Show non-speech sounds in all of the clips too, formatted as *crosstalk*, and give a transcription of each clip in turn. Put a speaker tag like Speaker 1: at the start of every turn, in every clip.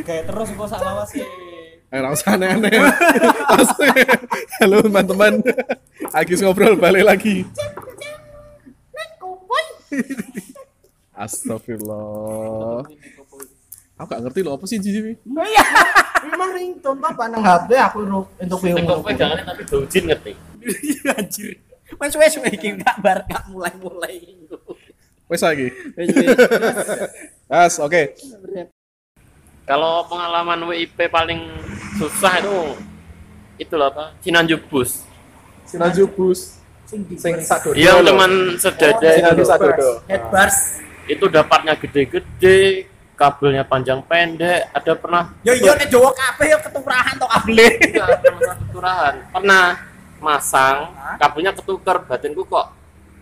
Speaker 1: terus gua sama sih.
Speaker 2: Eh, langsung aneh-aneh. Langsung. Halo teman-teman. Agis ngobrol balik lagi. Astagfirullah. Aku gak ngerti loh apa sih Jiji.
Speaker 3: Oh iya. Memang ringtone apa nang HP aku lu- untuk bingung.
Speaker 4: Tekok kowe jangan tapi dojin ngerti.
Speaker 3: Anjir. Wes wes wes iki gak bar gak mulai-mulai iku.
Speaker 2: Wes lagi.
Speaker 3: Wes, wes.
Speaker 2: Yes, oke.
Speaker 4: Kalau pengalaman WIP paling susah itu itu loh apa? Cinanjuk bus.
Speaker 2: Sinaju bus
Speaker 3: Sing di-
Speaker 2: sing sadodo.
Speaker 4: Iya, teman sedada
Speaker 3: Oh,
Speaker 5: Iya,
Speaker 4: itu.
Speaker 2: Sinaju sadodo.
Speaker 3: Head bars.
Speaker 4: Itu dapatnya gede-gede, kabelnya panjang pendek, ada pernah
Speaker 3: Yo yo nek Jawa kabeh yo keturahan to kabele. *laughs*
Speaker 4: Enggak, pernah keturahan. Pernah masang, kabelnya ketuker, batinku kok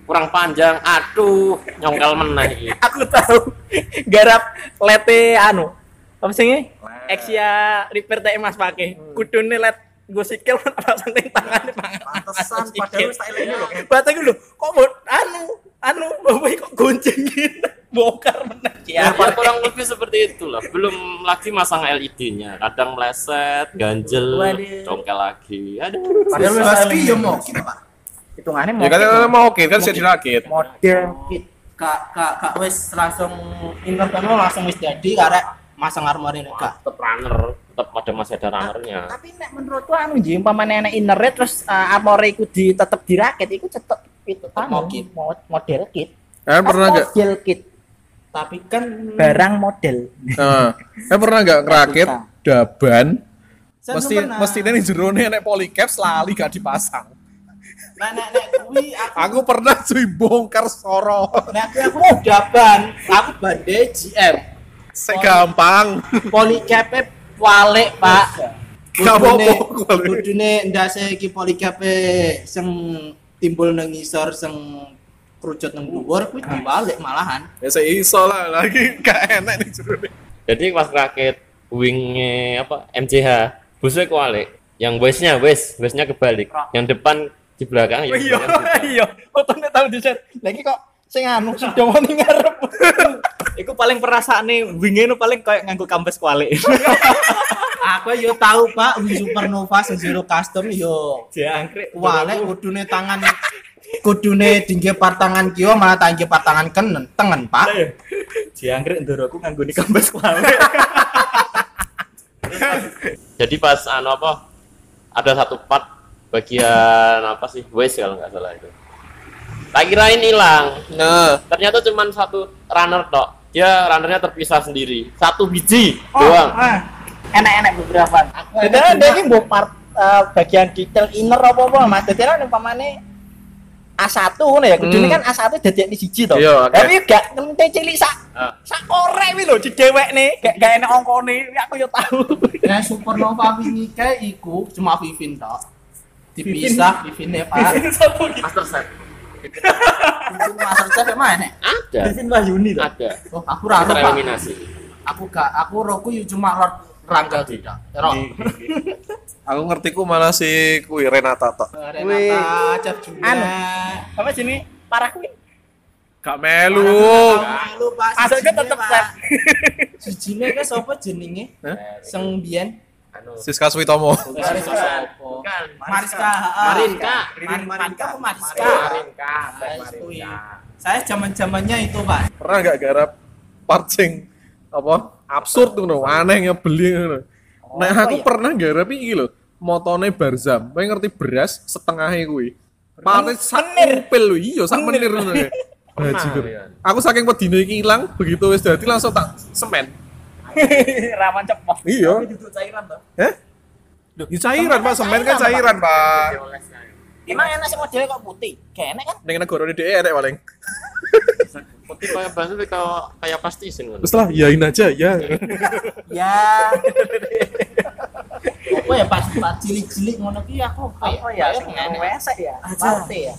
Speaker 4: kurang panjang. Aduh, nyongkel meneh iki.
Speaker 5: aku tahu garap lete anu apa sih Exia repair teh mas pakai kudune let gue sikil *laughs* apa santai tangan pangan
Speaker 3: Pantesan padahal wis tak elengi lho.
Speaker 5: bata gue lho kok mau anu anu bapak kok *laughs* goncengin bongkar menang ya
Speaker 4: Ya, kurang lebih seperti itu lah. Belum lagi masang LED-nya. Kadang meleset, ganjel,
Speaker 5: Waduh.
Speaker 4: congkel lagi. Aduh.
Speaker 3: Padahal wis tak elengi. Yo mau kita Pak.
Speaker 5: hitungannya
Speaker 2: Ya kan mau oke kan bisa dirakit.
Speaker 5: model
Speaker 3: Kak kak kak wis langsung internet langsung wis jadi karek masang armor ini kak.
Speaker 4: Tetap runner, tetap ada masih ada runnernya.
Speaker 5: tapi nek menurutku anu ji umpamane enek innernya terus uh, armor iku di tetep dirakit iku tetep itu
Speaker 3: Mau
Speaker 5: tamu
Speaker 3: kit.
Speaker 5: mod- gitu. model kit
Speaker 2: Kalian Eh, Kan pernah nggak?
Speaker 5: model kit
Speaker 3: Tapi kan
Speaker 5: barang model
Speaker 2: Nah, kalian pernah nggak ngerakit daban?
Speaker 3: Saya
Speaker 2: Mesti
Speaker 3: belum pernah.
Speaker 2: mestinya nih jerone nek polycaps lali gak dipasang.
Speaker 3: Nah, nek nek kuwi aku
Speaker 2: Aku pernah cuy bongkar soro.
Speaker 3: nek kuwi aku mau daban, aku bande GM.
Speaker 2: Segampang.
Speaker 5: Eh,
Speaker 3: Polikape walik, Pak.
Speaker 2: Gak
Speaker 3: Kudune-
Speaker 2: apa-apa, walik.
Speaker 3: Kudune ndase iki polikape sing timbul nang ngisor sing kerucut nang dhuwur kuwi diwalik malahan.
Speaker 2: Ya saya iso lah lagi gak enak nih jerone.
Speaker 4: Jadi pas rakit wingnya apa MCH, busnya kebalik. Yang waste-nya, waste, waste-nya kebalik. Yang depan di belakang ya.
Speaker 5: iya
Speaker 4: belakang di depan.
Speaker 5: iya fotonya tahu di share lagi kok sing anu sing dawa ning ngarep *laughs* iku paling perasaane wingi nu paling koyo nganggo kambes *laughs* kuali
Speaker 3: Aku yo tahu, Pak, Wii Supernova sing zero custom yo
Speaker 5: jangkrik
Speaker 3: walik kudune tangan kudune dingge partangan kiwa malah tangge partangan kenen tengen, Pak.
Speaker 5: jangkrik ndoroku nganggo ni kambes *laughs* kuali
Speaker 4: jadi pas anu apa ada satu part bagian apa sih waste kalau nggak salah itu tak kirain hilang
Speaker 2: Nah,
Speaker 4: ternyata cuma satu runner tok dia runnernya terpisah sendiri satu biji doang
Speaker 5: enak-enak beberapa jadi ada ini mbok part eh, bagian detail inner apa apa mas jadi kan umpamane A1 ngono ya kudune
Speaker 2: Hmm.
Speaker 5: kan A1 dadi ini siji to
Speaker 2: Iya, oke.
Speaker 5: tapi gak ngente cilik sak
Speaker 4: Ah.
Speaker 5: sak korek kuwi lho didewekne gak gak enak ongkone aku yo tahu
Speaker 3: Nah, Supernova wingi kae iku cuma Vivin tok. Dipisah Vivine Pak.
Speaker 4: master set
Speaker 3: Vivin Master Chef yang mana?
Speaker 4: ada
Speaker 5: Wahyuni
Speaker 4: ada
Speaker 3: Oh, aku ra ro, Pak.
Speaker 4: tereliminasi
Speaker 3: Aku gak aku roku yo cuma Lord Rangga tidak. Ro.
Speaker 2: aku ngerti ku malah si kui Renata tok.
Speaker 5: Wih.
Speaker 3: Renata Chef Julia.
Speaker 5: Anu. apa sini parah kuwi
Speaker 2: Gak melu.
Speaker 3: Malu Pak.
Speaker 5: Aslinya tetep Chef.
Speaker 3: Sijine ke sapa jenenge?
Speaker 2: Hah?
Speaker 3: Seng biyen.
Speaker 4: anu
Speaker 2: Siska Switomo.
Speaker 3: Mariska sapa?
Speaker 4: bukan
Speaker 3: Mariska.
Speaker 4: Marinka.
Speaker 3: Marinka. Marinka apa Mariska?
Speaker 4: Marinka.
Speaker 3: Saya istui. Saya zaman-zamannya itu, Pak.
Speaker 2: Pernah nggak garap parcing apa absurd tuh no. aneh nyebeli ngono. Nek aku pernah garap iki lho, motone Barzam. Kowe ngerti beras setengahnya kui. Pare sak pil lho, iya sak menir ngono. Haji Gur. Aku saking pedine iki ilang, begitu wis dadi langsung tak *laughs* semen.
Speaker 5: rawan cepet
Speaker 2: Iya.
Speaker 3: Duduk cairan, Pak.
Speaker 2: Heh? Ya cairan, Pak. Semen kan cairan, Pak.
Speaker 5: emang enak sih modelnya kok putih kayak enak kan
Speaker 2: Ning negara ini dhek enek E, paling.
Speaker 4: putih kayak bahasa kayak kayak pastisin kan
Speaker 2: Terus lah, yain aja, ya. *laughs*
Speaker 3: *laughs* ya apa ya pas pas cilik-cilik ngono ki aku apa
Speaker 5: oh ya
Speaker 3: apa
Speaker 5: sing
Speaker 3: enak.
Speaker 5: wesek ya
Speaker 3: Aja.
Speaker 5: pasti ya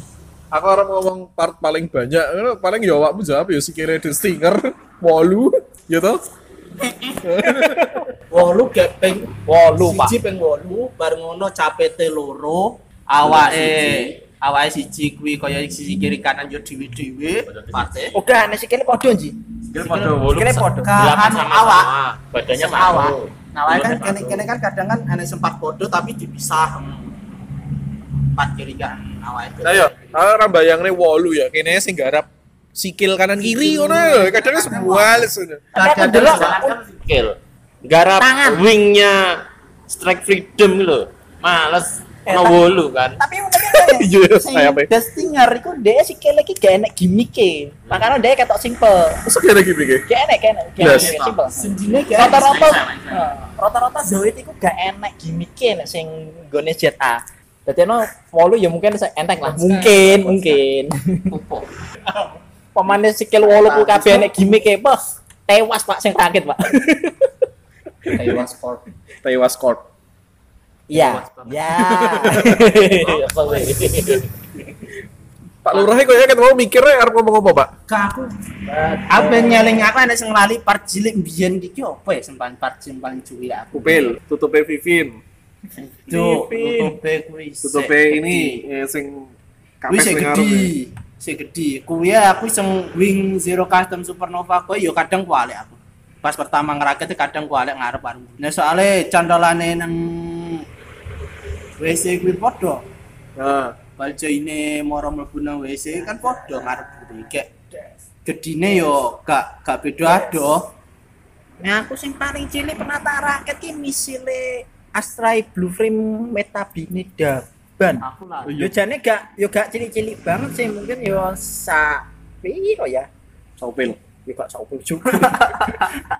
Speaker 2: Aku orang ngomong part paling banyak, ngono, paling ya awakmu jawab ya sikile the stinger, *laughs* wolu, ya toh.
Speaker 3: wolu gak peng
Speaker 5: Wolu, Pak.
Speaker 3: siji peng wolu bar ngono capete loro awake awake siji kuwi kaya sisi kiri kanan yo dhewe-dhewe pate
Speaker 5: udah nek sikile padha nji
Speaker 3: sikil
Speaker 4: Wolu
Speaker 5: sikile padha
Speaker 3: kahan
Speaker 4: sama
Speaker 3: awak
Speaker 4: badannya
Speaker 3: Sama awak.
Speaker 4: sama
Speaker 3: Nah, wae kan kene kene kan kadang kan ana sempat podo tapi dipisah. Empat kiri kan awake.
Speaker 2: Nah ya, ora bayangne 8 ya. Kene sing garap sikil kanan kiri ngono ya. Kadang sebuah
Speaker 5: Tapi aku
Speaker 3: Kadang-kadang
Speaker 5: delok,
Speaker 3: salah.
Speaker 5: aku-
Speaker 4: Skill. Garap
Speaker 5: Tangan.
Speaker 4: wingnya strike freedom gitu loh. Males
Speaker 5: Eh,
Speaker 4: no
Speaker 5: tapi-
Speaker 4: wolu kan.
Speaker 5: tapi umpamanya
Speaker 2: *laughs* Iya,
Speaker 5: kayak sing
Speaker 2: sayapnya.
Speaker 5: best singer iku dia sih kayak lagi gak enak gimmick makanya dia ketok simple
Speaker 2: Sekali ya lagi e? iki.
Speaker 5: gak enak gak enak gak
Speaker 2: Blas.
Speaker 5: enak simple
Speaker 3: Sendine kan.
Speaker 5: rata-rata eh, rata-rata Zoid itu gak enak gimmick sing gone jet A jadi no walu ya mungkin se- enteng lah mungkin mungkin
Speaker 3: Opo?
Speaker 5: pemainnya skill walu ku kabeh enak gimmick bos tewas pak sing kaget pak
Speaker 3: Taiwan Sport.
Speaker 2: Tewas court.
Speaker 5: iya iya Apa gue? *laughs*
Speaker 2: Pak Lurah kok ya ketemu mikirnya arep ngomong apa, Pak?
Speaker 3: Kak aku apa nyeling aku ana sing lali part cilik biyen iki opo ya sempan part sing paling cuwi aku.
Speaker 2: Pupil, tutupe Vivin,
Speaker 3: Duh,
Speaker 5: Pipin.
Speaker 3: tutupe kuwi.
Speaker 2: tutupe
Speaker 3: sik
Speaker 2: ini eh, sing
Speaker 3: kuwi sing
Speaker 2: ngarep
Speaker 3: gede
Speaker 2: ya.
Speaker 3: sing gede kuwi aku sing wing zero custom supernova kuwi yo kadang kualek aku pas pertama ngerakit e kadang kualek ngarep aku nah soalnya candolane nang WC kuwi podo
Speaker 2: Nah,
Speaker 3: balja ini moro mlebu nang WC kan podo ngarep kuwi kayak gedine yo gak gak beda ado
Speaker 5: Nah, aku sing paling cilik penata rakyat ki misile Astrai Blue Frame Metabine Daban.
Speaker 3: aku lah
Speaker 5: Yo jane gak yo gak cilik-cilik banget sih, mungkin yo sa piro ya?
Speaker 2: sopil.
Speaker 5: Yo gak saupil *laughs* juga.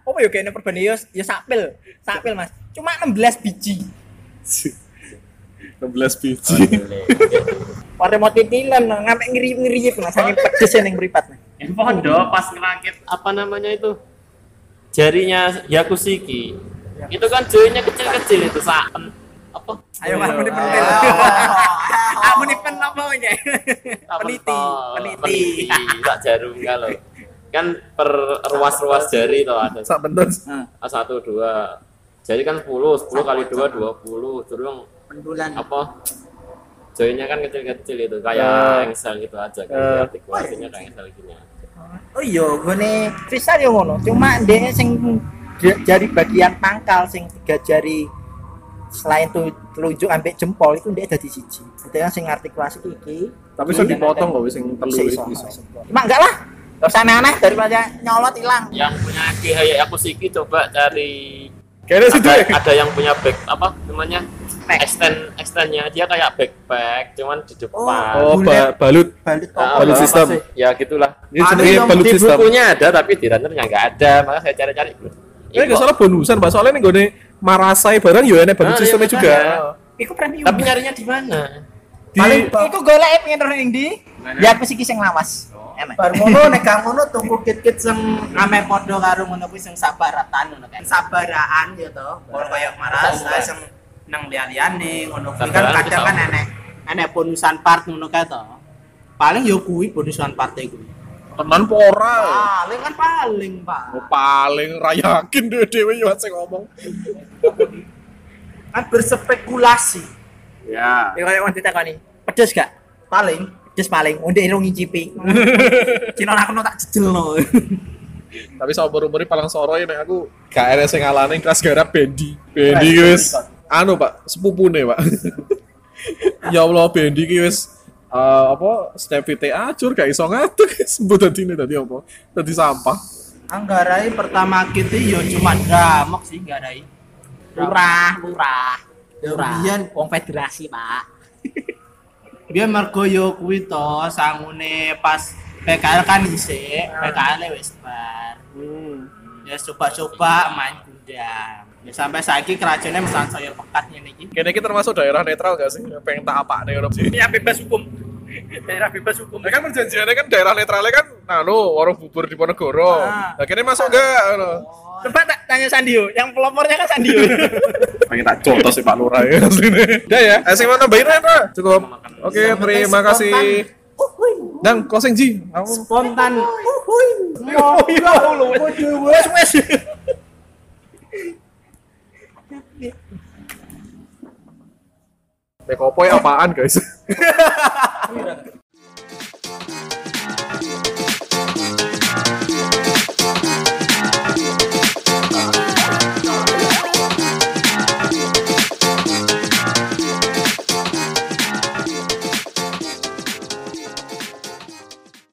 Speaker 5: oh, yo kene perbandingan yo yo sapil. Sapil, Mas. Cuma 16 biji.
Speaker 2: 16 biji.
Speaker 5: Warna mau titilan, ngampe ngirip-ngirip, Mas. Saking pedes ning mripatnya.
Speaker 4: Yang podo pas ngerakit Oh, iya. apa namanya itu jarinya Yakusiki itu kan joinnya kecil-kecil itu saen apa
Speaker 5: Ayo, Mas, muni pentil. *laughs* Ah, muni pen apa ya? Peniti, peniti.
Speaker 4: peniti tak jarum kalau kan per ruas-ruas jari tuh ada
Speaker 2: Sak bentar.
Speaker 4: Ah, satu dua jadi kan sepuluh sepuluh kali dua dua puluh terus
Speaker 3: pendulan
Speaker 4: apa joinnya kan kecil-kecil itu
Speaker 2: Ah.
Speaker 4: kayak engsel gitu aja kan
Speaker 2: Ah.
Speaker 4: artikulasinya kayak engsel gini aja.
Speaker 5: Oh iya, gone Tristan yo ngono. Cuma dia sing j- jari bagian pangkal sing tiga jari selain tuh telunjuk ambek jempol itu dia jadi siji. Jadi sing artikulasi iki.
Speaker 2: Tapi iso dipotong kok wis sing telu
Speaker 5: Bisa,
Speaker 2: wis
Speaker 5: iso,
Speaker 2: iso.
Speaker 5: iso. Cuma enggak lah. Gak usah aneh-aneh daripada nyolot hilang.
Speaker 4: yang punya kayak aku siki coba cari
Speaker 2: Kayaknya situ
Speaker 4: ada,
Speaker 2: ya.
Speaker 4: ada yang punya back apa namanya
Speaker 5: Back.
Speaker 4: extend extendnya dia kayak backpack cuman di depan
Speaker 2: Oh, ba- balut.
Speaker 3: balik
Speaker 4: Nah,
Speaker 2: balut
Speaker 4: apa
Speaker 2: Oh, sistem.
Speaker 4: sih? ya gitulah
Speaker 2: Ini
Speaker 3: Ada
Speaker 2: jenenge
Speaker 3: yang
Speaker 2: balut
Speaker 4: di
Speaker 2: sistem.
Speaker 4: bukunya ada tapi di runnernya nggak ada maka saya cari-cari
Speaker 2: Ini
Speaker 4: Ibu.
Speaker 2: gak salah bonusan, Pak. Soalnya nih gue marasai barang yo enek balut
Speaker 4: Ah, iya,
Speaker 2: sistemnya juga.
Speaker 4: makanya.
Speaker 5: Iku premium.
Speaker 4: tapi nyarinya di mana
Speaker 2: Di
Speaker 5: iku golek pengen roh ning ndi? Ya aku sih sing lawas. Enak.
Speaker 3: Bar ngono nek gak ngono tuku kit-kit sing ame padha karo ngono kuwi sing sabaratan ngono kan. Sabaraan ya to. Ora kaya maras ah, sing nang liyan-liyane ngono kuwi kan
Speaker 4: Sabaraan
Speaker 3: kadang
Speaker 4: kita.
Speaker 3: kan enek enek bonusan part ngono kae to. Paling ya kuwi bonusan part kuwi.
Speaker 2: tenan apa ora?
Speaker 3: Paling kan paling, Pak.
Speaker 2: Oh, paling rayakin deh dewe yo sing ngomong.
Speaker 3: Kan berspekulasi.
Speaker 2: Ya.
Speaker 5: Iku kaya wong ditakoni. Pedes gak?
Speaker 3: Paling
Speaker 5: Pedes paling. Unde irung
Speaker 3: *laughs*
Speaker 5: ngicipi.
Speaker 3: Cina aku no tak jejelno.
Speaker 2: Tapi sama umur-umuri palang soro ya nek aku gak enek sing ngalane kelas garap Bendi. Bendi ki wis anu, Pak, sepupune, Pak. *laughs* ya Allah, Bendi ki wis eh, apa step VT acur gak iso ngatur *laughs* sebut tadi ini tadi apa tadi sampah
Speaker 3: Anggarai pertama kit yo cuma dramok sih nggarai.
Speaker 5: Lurah, lurah. Lurah.
Speaker 3: Biyen
Speaker 5: Wong federasi, Pak.
Speaker 3: *laughs* Biar mergo yo kuwi to sangune pas PKL kan isik,
Speaker 5: Ah.
Speaker 3: PKL wis bar.
Speaker 5: Hmm.
Speaker 3: Ya coba-coba main gundam. Ya sampai saiki kerajaannya mesan saya pekat ngene iki.
Speaker 2: Kene iki termasuk daerah netral gak sih? Pengen tak apakne ngono. Ini
Speaker 5: ya bebas hukum daerah bebas hukum
Speaker 3: Oh.
Speaker 2: kan perjanjiannya kan daerah netralnya kan nah lo warung bubur di Ponegoro.
Speaker 3: Ah.
Speaker 2: Nah, kene masuk gak ngono.
Speaker 5: coba tak tanya Sandio yang pelopornya kan Sandio
Speaker 2: Pengen tak contoh sih Pak Lurah ya asline. Udah ya, eh, sing mau nambahin apa? Cukup. Oke, terima kasih. Dan closing Ji. Kamu-
Speaker 3: Spontan.
Speaker 5: oh iya lu wes wes
Speaker 2: Nek opo ya apaan guys?